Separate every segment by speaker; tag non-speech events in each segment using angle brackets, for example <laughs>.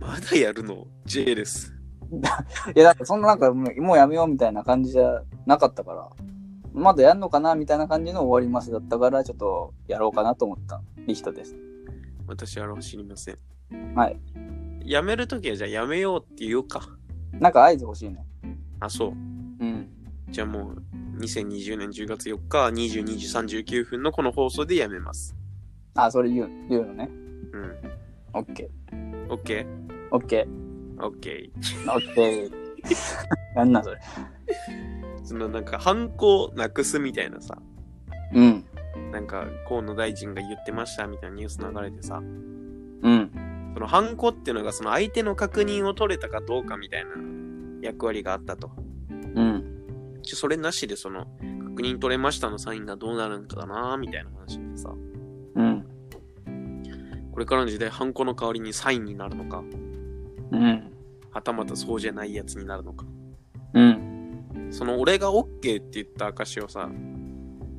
Speaker 1: まだやるの ?J です。
Speaker 2: いや、だってそんななんかもうもうやめようみたいな感じじゃなかったから、まだやんのかなみたいな感じの終わりますだったから、ちょっとやろうかなと思ったリヒトです。
Speaker 1: 私はあの知りません。
Speaker 2: はい。
Speaker 1: やめるときはじゃあやめようって言おうか。
Speaker 2: なんか合図欲しいね。
Speaker 1: あ、そう。
Speaker 2: うん。
Speaker 1: じゃあもう2020年10月4日22時39分のこの放送でやめます。
Speaker 2: あ、それ言う言うのね。
Speaker 1: うん。
Speaker 2: オッケ
Speaker 1: OK?
Speaker 2: ー。オッケー。
Speaker 1: OK。
Speaker 2: オッケ <laughs> ー。なんなんそれ。
Speaker 1: そのなんか、犯行なくすみたいなさ、
Speaker 2: うん。
Speaker 1: なんか河野大臣が言ってましたみたいなニュース流れてさ、
Speaker 2: うん。
Speaker 1: その犯行っていうのがその相手の確認を取れたかどうかみたいな役割があったと。
Speaker 2: うん。
Speaker 1: ちょそれなしでその確認取れましたのサインがどうなるんかなみたいな話でさ、
Speaker 2: うん。
Speaker 1: これからの時代犯行の代わりにサインになるのか、
Speaker 2: うん。
Speaker 1: はたまたそうじゃないやつになるのか。
Speaker 2: うん。
Speaker 1: その俺が OK って言った証をさ、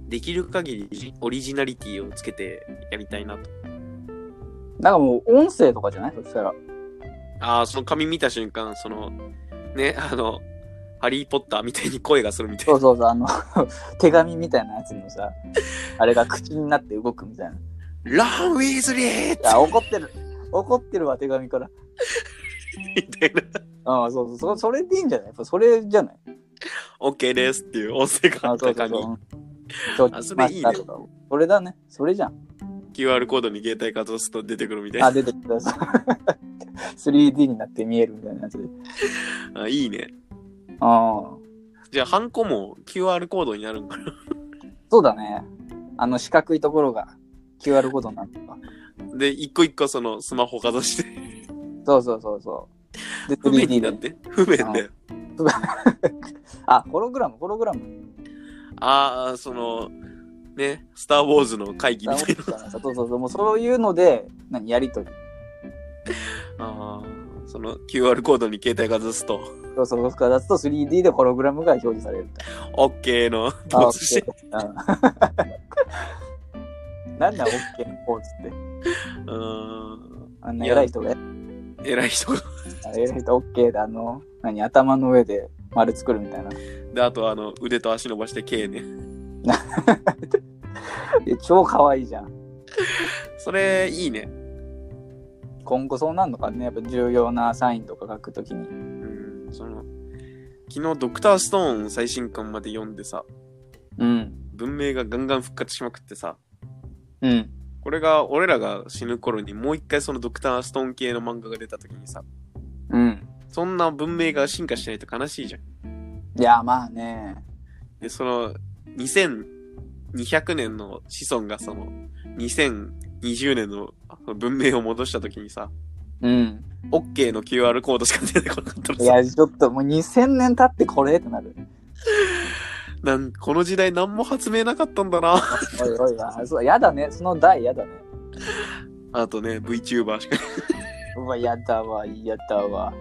Speaker 1: できる限りオリジナリティをつけてやりたいなと。
Speaker 2: なんかもう音声とかじゃないそしたら。
Speaker 1: ああ、その紙見た瞬間、その、ね、あの、ハリー・ポッターみたいに声がするみたい
Speaker 2: そう
Speaker 1: な。
Speaker 2: そうそう、あの、 <laughs> 手紙みたいなやつのさ、あれが口になって動くみたいな。
Speaker 1: ラン・ウィーズリー
Speaker 2: いや、怒ってる。怒ってるわ、手紙から。
Speaker 1: みた <laughs> いな。
Speaker 2: ああ、そうそう、そそれでいいんじゃないやっぱそれじ
Speaker 1: <laughs>
Speaker 2: ゃない
Speaker 1: OK ですっていう音声があ
Speaker 2: あ
Speaker 1: っ
Speaker 2: そ
Speaker 1: た
Speaker 2: うそう
Speaker 1: 紙
Speaker 2: そう。うん承
Speaker 1: あ
Speaker 2: 知
Speaker 1: そ
Speaker 2: し
Speaker 1: れ
Speaker 2: ま
Speaker 1: いい
Speaker 2: し
Speaker 1: ね
Speaker 2: たとか。それだね。それじゃん。
Speaker 1: QR コードに携帯かざすと出てくるみたい
Speaker 2: あ、
Speaker 1: な。
Speaker 2: 出てきた。そう <laughs> 3D になって見えるみたいなやつで。
Speaker 1: あいいね。
Speaker 2: ああ、
Speaker 1: じゃあ、ハンコも QR コードになるんかな。 <laughs>
Speaker 2: そうだね。あの四角いところが QR コードになるのか。
Speaker 1: で、一個一個そのスマホかざして、
Speaker 2: そうそうそうそう。で、
Speaker 1: 不便
Speaker 2: 3D
Speaker 1: にな
Speaker 2: で
Speaker 1: っ。て。不便だよ。
Speaker 2: あ、ホログラム、ホログラム。
Speaker 1: ああ、その、ね、スター・ウォーズの会議み
Speaker 2: ダウンロ
Speaker 1: たい
Speaker 2: ードしたのそうそうそう。もうそういうので、何、やりとり。
Speaker 1: な。 <laughs> ああ、その QR コードに携帯かざすと、
Speaker 2: そうそう、そこから出すと 3D でホログラムが表示される。
Speaker 1: OK の
Speaker 2: あ <laughs>
Speaker 1: ポーズして、
Speaker 2: うんなんだ、オッケーのポーズって。
Speaker 1: <laughs> うーん、
Speaker 2: あんない
Speaker 1: や
Speaker 2: 偉い人がやっ
Speaker 1: 偉い人が。
Speaker 2: たら、偉い人オッケーで、あの、何、頭の上で丸作るみたいな。
Speaker 1: で、あとあの、腕と足伸ばして K ね。
Speaker 2: え超可愛いじゃん。
Speaker 1: それ、いいね。
Speaker 2: 今後そうなんのかね、やっぱ重要なサインとか書くときに。
Speaker 1: うん、その、昨日ドクターストーン最新刊まで読んでさ、
Speaker 2: うん。
Speaker 1: 文明がガンガン復活しまくってさ、
Speaker 2: うん。
Speaker 1: これが俺らが死ぬ頃にもう一回そのドクターストーン系の漫画が出た時にさ、
Speaker 2: うん。
Speaker 1: そんな文明が進化しないと悲しいじゃん。
Speaker 2: いや、まあね。
Speaker 1: で、その、2200年の子孫がその、2020年の文明を戻した時にさ、
Speaker 2: うん。
Speaker 1: OK の QR コードしか出てこなかったら
Speaker 2: い
Speaker 1: さ、
Speaker 2: や、ちょっともう2000年経ってこれってなる。
Speaker 1: なんこの時代何も発明なかったんだな。
Speaker 2: おいおいわ。そうやだね。その台やだね。
Speaker 1: あとね、VTuber しか。
Speaker 2: うわ、やだわ。やだわ。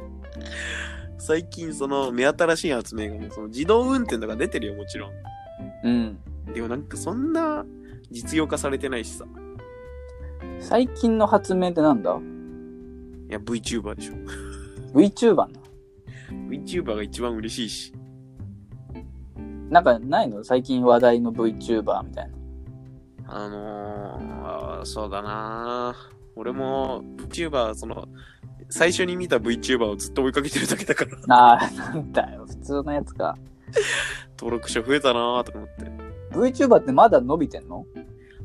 Speaker 1: 最近その目新しい発明がね、その自動運転とか出てるよ、もちろん。
Speaker 2: うん。
Speaker 1: でもなんかそんな実用化されてないしさ。
Speaker 2: 最近の発明ってなんだ
Speaker 1: いや、VTuber でしょ。
Speaker 2: VTuber な
Speaker 1: VTuber が一番嬉しいし。
Speaker 2: なんかないの最近話題の VTuber みたいな。
Speaker 1: あのーあー、そうだなー俺も VTuber、その、最初に見た VTuber をずっと追いかけてるだけだから、 <laughs>
Speaker 2: ああ、なんだよ。普通のやつか。
Speaker 1: 登録者増えたなーとか思って。
Speaker 2: VTuber ってまだ伸びてんの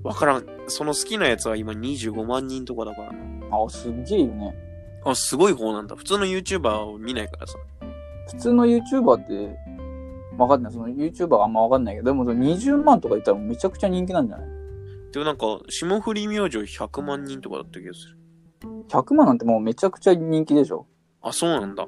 Speaker 1: わからん。その好きなやつは今25万人とかだからな。
Speaker 2: あ、すっげえよね。
Speaker 1: あ、すごい方なんだ。普通の YouTuber を見ないからさ。
Speaker 2: 普通の YouTuber って、わかんない。その YouTuber があんまわかんないけど、でもその20万とかいったらめちゃくちゃ人気なんじゃない
Speaker 1: でもなんか、霜降り明星100万人とかだった気がする。
Speaker 2: ?100 万なんてもうめちゃくちゃ人気でしょ。
Speaker 1: あ、そうなんだ。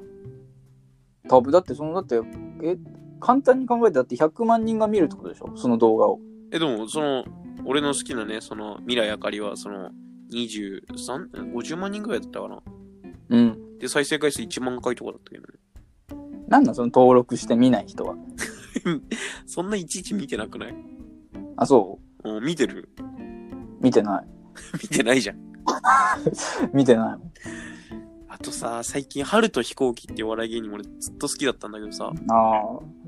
Speaker 2: 多分だってその、だって、え、簡単に考えてだって100万人が見るってことでしょその動画を。
Speaker 1: え、でも、その、俺の好きなね、その、未来あかりは、その、23、50万人ぐらいだったかな。
Speaker 2: うん。
Speaker 1: で、再生回数1万回とかだったけどね。
Speaker 2: なんなんその登録して見ない人は。
Speaker 1: そんないちいち見てなくない
Speaker 2: あ、そう
Speaker 1: うん、見てる <laughs>
Speaker 2: 見てない。
Speaker 1: 見てないじゃん。
Speaker 2: 見てない。
Speaker 1: あとさ、最近、春と飛行機っていうお笑い芸人俺ずっと好きだったんだけどさ、
Speaker 2: ああ、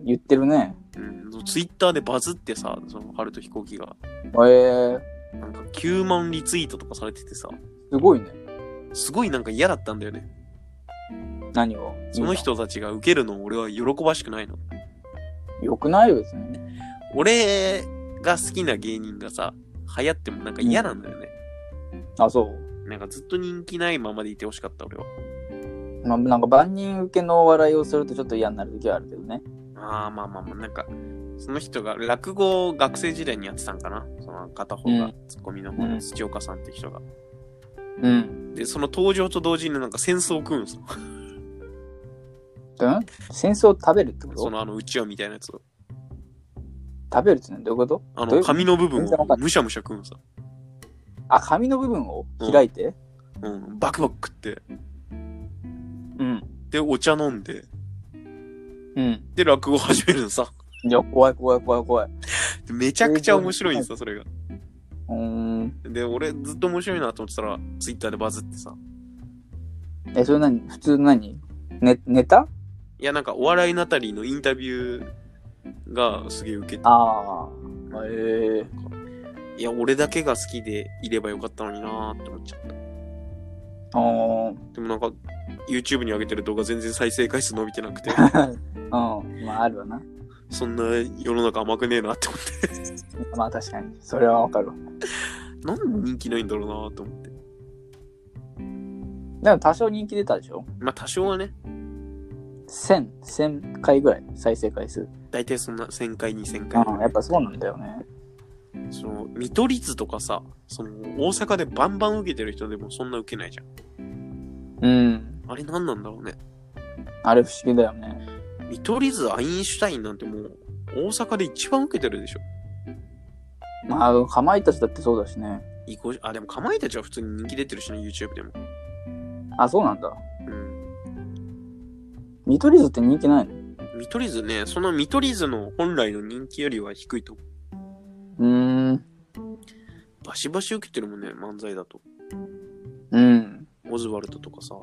Speaker 2: 言ってるね。
Speaker 1: うん、ツイッターでバズってさ、その春と飛行機が、
Speaker 2: えー、
Speaker 1: なんか9万リツイートとかされててさ、
Speaker 2: すごいね。
Speaker 1: すごいなんか嫌だったんだよね。
Speaker 2: 何を。
Speaker 1: その。人たちが受けるの俺は喜ばしくないの。
Speaker 2: よくないよ、別に。
Speaker 1: 俺が好きな芸人がさ、流行ってもなんか嫌なんだよね。
Speaker 2: あ、そう。
Speaker 1: なんかずっと人気ないままでいてほしかった俺は。
Speaker 2: まあ、なんか万人受けのお笑いをするとちょっと嫌になる時はあるけどね。
Speaker 1: ああ、まあまあまあ、なんか、その人が落語を学生時代にやってたんかな。その片方
Speaker 2: う
Speaker 1: が、ツッコミの方
Speaker 2: う
Speaker 1: の
Speaker 2: ん
Speaker 1: 土岡さんって人が。
Speaker 2: うん。
Speaker 1: で、その登場と同時になんか戦争を食うんすよ。
Speaker 2: うん戦争を食べるってこ
Speaker 1: そ
Speaker 2: と
Speaker 1: のあのうちわみたいなやつを。
Speaker 2: 食べるってのはどういうこと
Speaker 1: あ
Speaker 2: ど
Speaker 1: の
Speaker 2: ういうこと
Speaker 1: 紙の部分
Speaker 2: 全然わか
Speaker 1: を
Speaker 2: ん
Speaker 1: むしゃむしゃ食うんさ。
Speaker 2: あ、紙の部分を開いて
Speaker 1: うん、バクバク食って。
Speaker 2: うん。
Speaker 1: で、お茶飲んで。
Speaker 2: うん。
Speaker 1: で、落語始めるのさ。
Speaker 2: いや、怖い怖い怖い怖い。
Speaker 1: でめちゃくちゃ面白いんさ、それが。
Speaker 2: うーん。
Speaker 1: で、俺ずっと面白いなと思ってたら、ツイッターでバズってさ。
Speaker 2: え、それ何普通何ね、ネタ
Speaker 1: いや、なんかお笑いのあたりのインタビューがすげえ受けて。
Speaker 2: ああ。ええ
Speaker 1: いや、俺だけが好きでいればよかったのになーって思っちゃった。
Speaker 2: あ
Speaker 1: でもなんか、YouTube に上げてる動画全然再生回数伸びて
Speaker 2: <laughs>
Speaker 1: なくて、
Speaker 2: あ。うん。まあ、あるわな。
Speaker 1: そんな世の中甘くねえなって思って。
Speaker 2: まあ、確かに。それはわかるわ。
Speaker 1: なんで人気ないんだろうなーと思って。
Speaker 2: でも、多少人気出たでしょ
Speaker 1: まあ多少はね、
Speaker 2: ?1000、1000回ぐらい再生回数。
Speaker 1: 大体そんな1000回2000回。
Speaker 2: うん。やっぱそうなんだよね。
Speaker 1: その、見取り図とかさ、その、大阪でバンバン受けてる人でもそんな受けないじゃん。
Speaker 2: うん。
Speaker 1: あれなんなんだろうね。
Speaker 2: あれ不思議だよね。
Speaker 1: 見取り図、アインシュタインなんてもう、大阪で一番受けてるでしょ。
Speaker 2: まあ、かまいたちだってそうだしね。
Speaker 1: いい子あ、でも、かまいたちは普通に人気出てるしね、YouTube でも。
Speaker 2: あ、そうなんだ。
Speaker 1: うん。
Speaker 2: 見取り図って人気ないの
Speaker 1: 見取り図ね、その見取り図の本来の人気よりは低いと思う。
Speaker 2: うーん。
Speaker 1: バシバシ受けてるもんね、漫才だと。
Speaker 2: うん。
Speaker 1: オズワルドとかさ。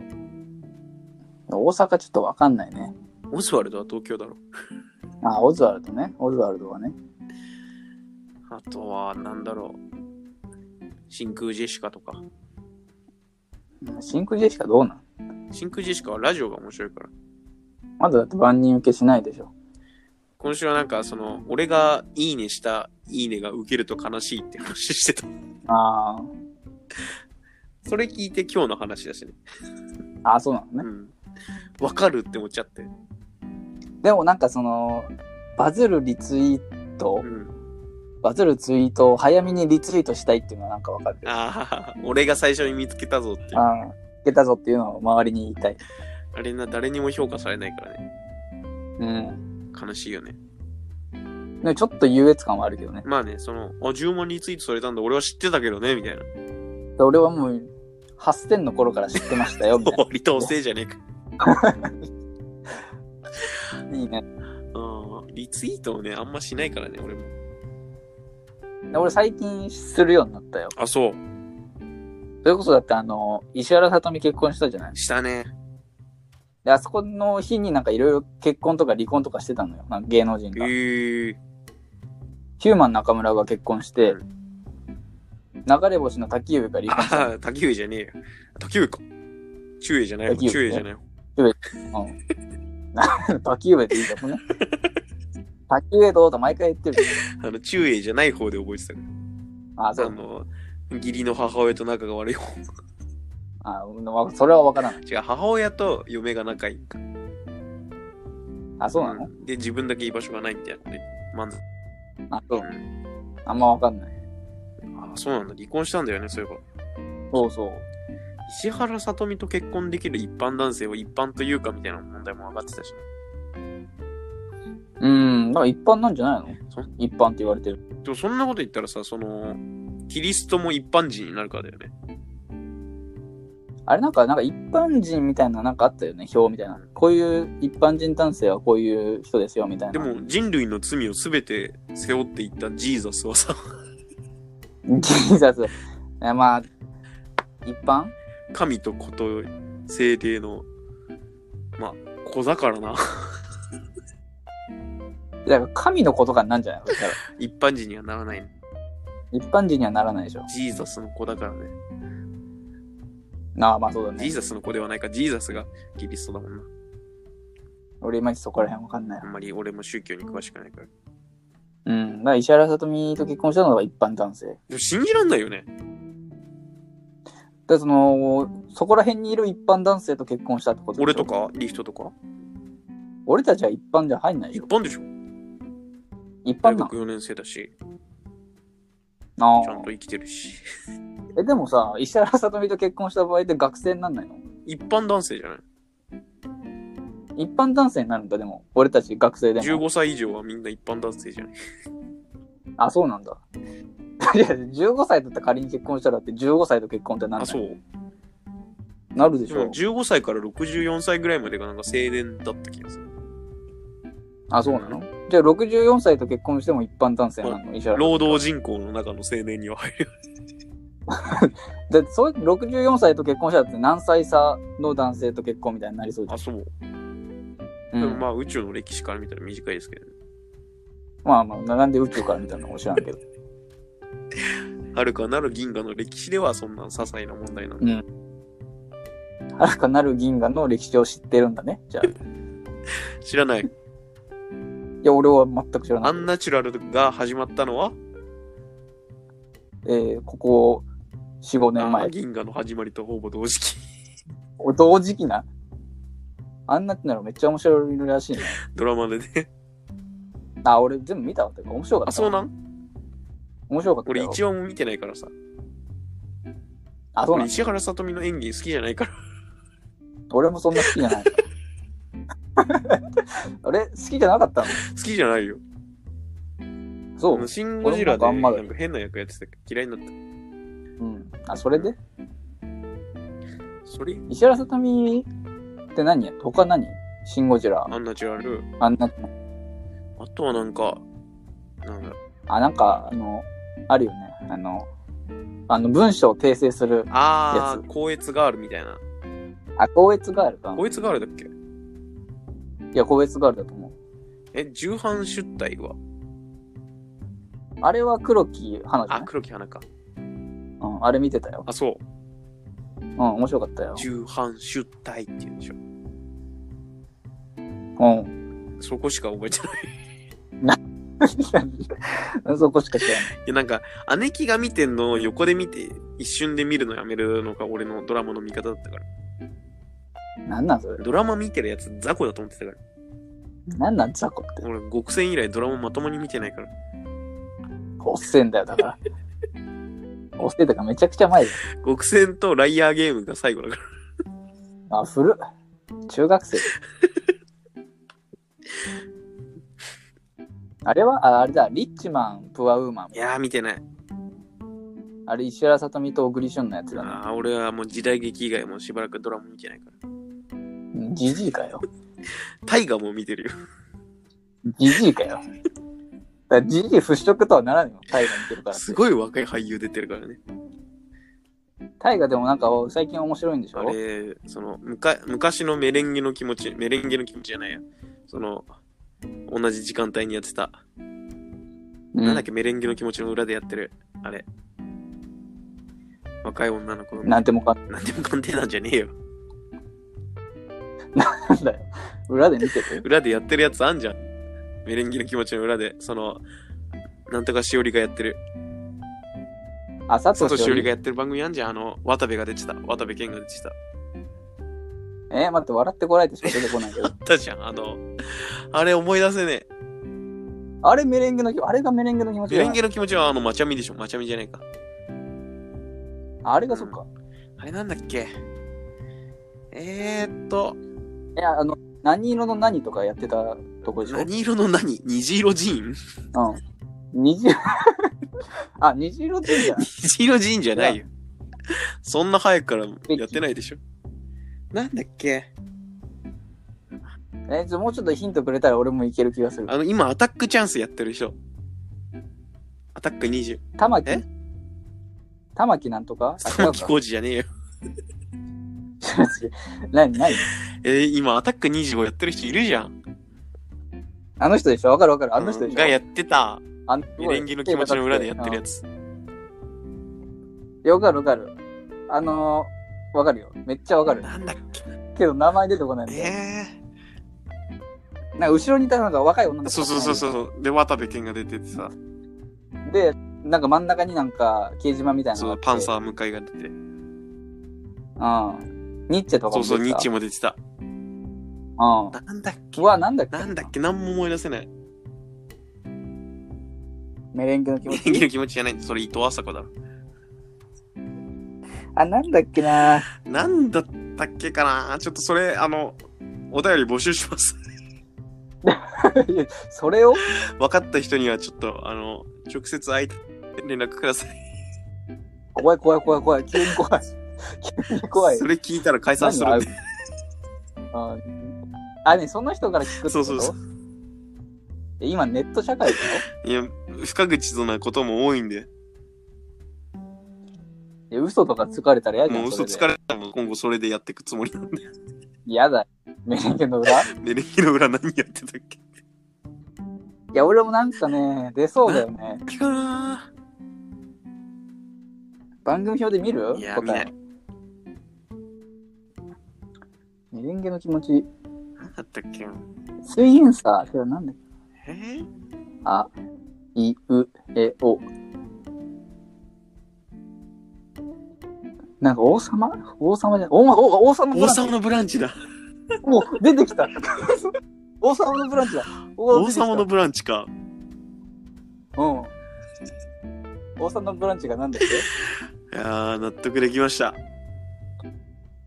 Speaker 2: 大阪ちょっとわかんないね。
Speaker 1: オズワルドは東京だろ。
Speaker 2: あ、オズワルドね。オズワルドはね。
Speaker 1: あとは、なんだろう。真空ジェシカとか。
Speaker 2: うん真空ジェシカどうなん
Speaker 1: 真空ジェシカはラジオが面白いから。
Speaker 2: まだだって万人受けしないでしょ。
Speaker 1: 今週はなんか、その、俺がいいねした、いいねが受けると悲しいって話してた。
Speaker 2: あ
Speaker 1: それ聞いて今日の話だしね。
Speaker 2: あ。あ、そうなの
Speaker 1: う
Speaker 2: ね。
Speaker 1: ん。わかるって思っちゃって。
Speaker 2: でもなんかその、バズるリツイート
Speaker 1: う、ん。
Speaker 2: バズるツイートを早めにリツイートしたいっていうのはなんかわかるけど。
Speaker 1: ああ、俺が最初に見つけたぞっていう。
Speaker 2: ああ。いけたぞっていうのを周りに言いたい。
Speaker 1: あれな、誰にも評価されないからね。
Speaker 2: うん。
Speaker 1: 悲しいよね。
Speaker 2: でもちょっと優越感はあるけどね。
Speaker 1: まあね、その、あ、10万リツイートされたんだ、俺は知ってたけどね、みたい <laughs> な。
Speaker 2: で俺はもう、8000の頃から知ってましたよ、みたい
Speaker 1: <laughs> 割と遅えじゃねえか。
Speaker 2: な。いいね。
Speaker 1: うん、リツイートをね、あんましないからね、俺も。
Speaker 2: で俺最近するようになったよ。
Speaker 1: あ、そう。
Speaker 2: それこそだってあの、石原さとみ結婚したじゃない
Speaker 1: したね。
Speaker 2: で、あそこの日になんかいろいろ結婚とか離婚とかしてたのよ。なんか芸能人
Speaker 1: え
Speaker 2: が。
Speaker 1: ー、
Speaker 2: ヒューマン中村が結婚して、
Speaker 1: う
Speaker 2: 流れ星の滝上が
Speaker 1: <laughs>
Speaker 2: 離婚した
Speaker 1: ああ、滝上じゃねえよ。滝上か。中英じゃないよ。
Speaker 2: 滝上
Speaker 1: 中英じゃないよ。
Speaker 2: の。滝上って言いたもんね。滝上どうと毎回言ってるけど。
Speaker 1: あの、中英じゃない方で覚えてたか
Speaker 2: あ、そ
Speaker 1: ら。あ
Speaker 2: う。
Speaker 1: の、義理の母親と仲が悪い方。
Speaker 2: あ、まそれはわからない。
Speaker 1: 違う、母親と嫁が仲いいんか。
Speaker 2: あ、そうなの、
Speaker 1: んで、自分だけ居場所がないみたいなね。漫才。
Speaker 2: あ、そう
Speaker 1: う。ん
Speaker 2: あんまわかんない。
Speaker 1: あ、そうなんだ。離婚したんだよね、そういえば。
Speaker 2: そうそう。
Speaker 1: 石原さとみと結婚できる一般男性を一般というかみたいな問題も上がってたし、
Speaker 2: うん、なんか一般なんじゃない
Speaker 1: そ
Speaker 2: の一般って言われてる。
Speaker 1: でもそんなこと言ったらさ、その、キリストも一般人になるからだよね。
Speaker 2: あれなんか、なんか一般人みたいななんかあったよね、表みたいな。こういう一般人男性はこういう人ですよ、みたいな。
Speaker 1: で
Speaker 2: <laughs>
Speaker 1: も人類の罪を全て背負っていったジーザスはさ、 <laughs>
Speaker 2: ジーザス。えまあ、一般
Speaker 1: 神と子と精霊の、まあ、子だからな。 <laughs>
Speaker 2: だから神の子とかになんじゃないのだから
Speaker 1: 一般人にはならない。
Speaker 2: 一般人にはならないでしょ。
Speaker 1: ジーザスの子だからね。
Speaker 2: なあ、まあそうだ
Speaker 1: ジー
Speaker 2: ね。
Speaker 1: ザスの子ではないか、ジーザスがキリストだもんな。
Speaker 2: 俺いまいちそこら辺わかんない
Speaker 1: あ。んまり俺も宗教に詳しくないから。
Speaker 2: うん。だから石原さとみと結婚したのが一般男性。
Speaker 1: でも信じらんないよね。
Speaker 2: で、その、そこら辺にいる一般男性と結婚したってことでしょ
Speaker 1: 俺とか、リヒトとか。
Speaker 2: 俺たちは一般じゃ入んないで
Speaker 1: 一
Speaker 2: しょ。
Speaker 1: 般でしょ。
Speaker 2: 一般
Speaker 1: 大
Speaker 2: な
Speaker 1: 学4年生だし、
Speaker 2: の。
Speaker 1: ちゃ
Speaker 2: あ
Speaker 1: んと生きてるし。
Speaker 2: あ。え、でもさ、石原さとみと結婚した場合で学生になんないの
Speaker 1: 一般男性じゃない
Speaker 2: 一般男性になるんだ、でも。俺たち学生でも。
Speaker 1: ?15 歳以上はみんな一般男性じゃない
Speaker 2: あ、そうなんだ。いや、15歳だったら仮に結婚したらって15歳と結婚ってなる
Speaker 1: あ、そう。
Speaker 2: なるで
Speaker 1: で
Speaker 2: しょ
Speaker 1: も。15歳から64歳ぐらいまでがなんか青年だった気がする。
Speaker 2: あ、そうなのじゃあ64歳と結婚しても一般男性なの石原
Speaker 1: 労働人口の中の青年には入る。
Speaker 2: で、そう、64歳と結婚したらって何歳差の男性と結婚みたいになりそうじゃ
Speaker 1: あ、そう。
Speaker 2: ん。
Speaker 1: で
Speaker 2: う
Speaker 1: も
Speaker 2: ん、
Speaker 1: ま
Speaker 2: まあ
Speaker 1: あ宇宙の歴史から見たら短いですけど、ね、
Speaker 2: まあななんで宇宙から見たのか知らんけ
Speaker 1: <laughs>
Speaker 2: ど。
Speaker 1: はるかなる銀河の歴史ではそんな些細な問題なの。
Speaker 2: うんはるかなる銀河の歴史を知ってるんだね。じゃあ。い
Speaker 1: 知らない。
Speaker 2: や、俺は全く知らな
Speaker 1: ア
Speaker 2: い。
Speaker 1: ンナチュラルが始まったのは、
Speaker 2: えー、ここ4、5年
Speaker 1: あ
Speaker 2: 前
Speaker 1: ー。銀河の始まりとほぼ同時期。 <laughs>
Speaker 2: お同時期な。あんなってならめっちゃ面白いらしいね。
Speaker 1: ドラマでね。
Speaker 2: あ、俺全部見たわ。てか面白かった。
Speaker 1: あ、そうなん
Speaker 2: 面白かった
Speaker 1: 俺
Speaker 2: よ。
Speaker 1: 一話も見てないからさ。
Speaker 2: あ、そう
Speaker 1: 俺
Speaker 2: なん
Speaker 1: 石原さとみの演技好きじゃないから。 <laughs>
Speaker 2: 俺もそんな好きじゃない。俺、好きじゃなかった
Speaker 1: 好きじゃないよ。
Speaker 2: のそう。
Speaker 1: シン・ゴジラで
Speaker 2: 俺もな
Speaker 1: なん
Speaker 2: かあんまだ
Speaker 1: んか変な役やってたけど嫌いになった。
Speaker 2: うん。あ、それで
Speaker 1: それ
Speaker 2: 石原さとみって何や他何シン・ゴジラ。
Speaker 1: アンナチュラル。
Speaker 2: あんな、
Speaker 1: あとはなんか、なんだ
Speaker 2: あ、なんか、あの、あるよね。あの、あの、文章を訂正する。
Speaker 1: あ
Speaker 2: や
Speaker 1: ー、光悦ガールみたいな。
Speaker 2: あ、光悦ガールか。
Speaker 1: 光悦ガールだっけ
Speaker 2: いや、光悦ガールだと思う。
Speaker 1: え、重版出体は
Speaker 2: あれは黒木花じゃ
Speaker 1: あ、
Speaker 2: ない
Speaker 1: 黒木花か。
Speaker 2: うん、あれ見てたよ。
Speaker 1: あ、そう。
Speaker 2: うん、面白かったよ。
Speaker 1: 重版出体って言うんでしょ。
Speaker 2: うん。
Speaker 1: そこしか覚えてない。
Speaker 2: そこしか知らない。
Speaker 1: いや、 <laughs> なんか、姉貴が見てんのを横で見て、一瞬で見るのやめるのが俺のドラマの見方だったから。
Speaker 2: なんなんそれ。
Speaker 1: ドラマ見てるやつ雑魚だと思ってたから。
Speaker 2: なんなん雑魚って。
Speaker 1: 俺、極戦以来ドラマまともに見てないから。
Speaker 2: おっせんだよ、だから。おっせんだからめちゃくちゃ前だよ。
Speaker 1: 極戦とライアーゲームが最後だから。
Speaker 2: あ、古っ。中学生。あれはああれだ、リッチマン、プアウーマン
Speaker 1: い。やー、見てない。
Speaker 2: あれ、石原さとみと小栗旬のやつだ
Speaker 1: あ
Speaker 2: な。
Speaker 1: ー、俺はもう時代劇以外もしばらくドラマ見てないから。
Speaker 2: うんジジイかよ。
Speaker 1: 大河も見てるよ。
Speaker 2: ジジイかよ。だからジジイ払拭とはならんよ。大河見てるから。
Speaker 1: すごい若い俳優出てるからね。
Speaker 2: 大河でもなんか最近面白いんでし
Speaker 1: あ
Speaker 2: ょ
Speaker 1: れ、その、むか昔のメレンゲの気持ち、メレンゲの気持ちじゃないや。その、同じ時間帯にやってた。
Speaker 2: うん
Speaker 1: なんだっけ、メレンゲの気持ちの裏でやってる。あれ。若い女の子の。
Speaker 2: なんてもかん
Speaker 1: なんでも鑑定なんじゃねえよ。
Speaker 2: なんだよ。裏で見てて。
Speaker 1: 裏でやってるやつあんじゃん。メレンゲの気持ちの裏で、その、なんとかしおりがやってる。
Speaker 2: あ、佐
Speaker 1: 佐
Speaker 2: 藤
Speaker 1: 藤
Speaker 2: し
Speaker 1: し
Speaker 2: お
Speaker 1: おりが
Speaker 2: り。
Speaker 1: やってる番組あんじゃん。あの、渡部が出てた。渡部健が出てた。
Speaker 2: えー待って、笑ってこられてしか出てこないけど
Speaker 1: あ。 <laughs> ったじゃん。あの、あれ思い出せねえ。
Speaker 2: あれメレンゲの気あれがメレンゲの気持ち
Speaker 1: メ
Speaker 2: だ
Speaker 1: レンゲの気持ちはあの、まちゃみでしょ。まちゃみじゃないか。
Speaker 2: あれがそっか。
Speaker 1: あれなんだっけえー、っと、
Speaker 2: いや、あの、何色の何とかやってたとこでしょ
Speaker 1: 何色の何虹色ジーン
Speaker 2: うん。虹色。 <laughs> あ、虹色っていいじゃん。
Speaker 1: 虹色ジーンじゃないよ。そんな早くからやってないでしょ。なんだっけ
Speaker 2: えー、ちょもうちょっとヒントくれたら俺もいける気がする。
Speaker 1: あの、今、アタックチャンスやってる人。アタック20。
Speaker 2: 玉木
Speaker 1: え
Speaker 2: 玉木なんとかあ違
Speaker 1: 玉
Speaker 2: う
Speaker 1: 木
Speaker 2: か
Speaker 1: 浩二じゃねえよ。
Speaker 2: <laughs> 何、何
Speaker 1: えー今、アタック25やってる人いるじゃん。
Speaker 2: あの人でしょわかるわかる。あの人でしょ、
Speaker 1: うんがやってた、
Speaker 2: あの
Speaker 1: メレンゲの気持ちの裏でやってるやつ。
Speaker 2: いや、わかるわかる。あのー、わかるよ。めっちゃわかる。
Speaker 1: なんだっけ
Speaker 2: けど名前出てこないんだよ。
Speaker 1: え
Speaker 2: なんか後ろにいたなんか若い女
Speaker 1: ー、
Speaker 2: の子。
Speaker 1: そうそうそうそう。で、渡部健が出ててさ、
Speaker 2: う。で、なんか真ん中になんか掲示板みたいなの
Speaker 1: そ
Speaker 2: があっ
Speaker 1: う、
Speaker 2: て。
Speaker 1: パンサー向井が出て。
Speaker 2: ー。うん。ニッチェとか
Speaker 1: そうそう、
Speaker 2: も
Speaker 1: ニッチ
Speaker 2: ェ。
Speaker 1: も出てた。
Speaker 2: う
Speaker 1: なんだっけ
Speaker 2: ん。うわ、なんだっけ
Speaker 1: なんだっけなんも思い出せない。
Speaker 2: メレンゲの気
Speaker 1: メレ
Speaker 2: 持
Speaker 1: ンゲ
Speaker 2: ち。
Speaker 1: の気持ちじゃないんだそれ伊藤麻子だ。
Speaker 2: あ、なんだっけな <laughs>
Speaker 1: なんだったっけかなちょっとそれ、あの、お便り募集します。 <laughs>
Speaker 2: それを
Speaker 1: 分かった人にはちょっと、あの、直接会い連絡ください。
Speaker 2: 怖い怖い怖い怖い。急に怖い。 <laughs> 急に怖い。
Speaker 1: それ聞いたら解散するんで。
Speaker 2: ああ、ね、その人から聞くってこと
Speaker 1: そうそうそう
Speaker 2: え今ネット社会だよ。
Speaker 1: いや、不可口なことも多いんで、
Speaker 2: いや嘘とかつかれたら嫌じゃん。
Speaker 1: もう嘘つ
Speaker 2: れ
Speaker 1: かれたら今後それでやっていくつもりなんで。
Speaker 2: で嫌だ。メレンゲの裏い
Speaker 1: <laughs> メレンゲの裏何やってたっけ
Speaker 2: や、俺もなんかね、出そうだよね。
Speaker 1: かな
Speaker 2: 番組表で見る
Speaker 1: いや、見
Speaker 2: 答
Speaker 1: な
Speaker 2: え
Speaker 1: い。。
Speaker 2: メレンゲの気持ち。
Speaker 1: 何だったっけ
Speaker 2: 水銀さ、けどなんだっけ
Speaker 1: えー
Speaker 2: あ、い、う、え、お。なんか王様王様じゃない王王王様のブ
Speaker 1: 王
Speaker 2: ランチ
Speaker 1: 様のブランチだ。
Speaker 2: もう出てきた。 <laughs> 王様のブランチだ。
Speaker 1: 王様のブランチか。
Speaker 2: の。うん。王様のブランチが何だっけ
Speaker 1: いやー、納得できました。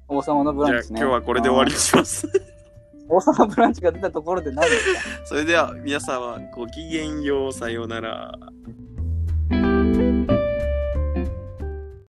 Speaker 2: 王様のブ
Speaker 1: じ
Speaker 2: ラ
Speaker 1: ゃあ
Speaker 2: ンチ
Speaker 1: 今
Speaker 2: ね。
Speaker 1: 日はこれで終わりにし
Speaker 2: <laughs>
Speaker 1: ます。
Speaker 2: うん。王様のブランチが出たところで何だっけ
Speaker 1: それでは皆さんはごきげんようさようなら。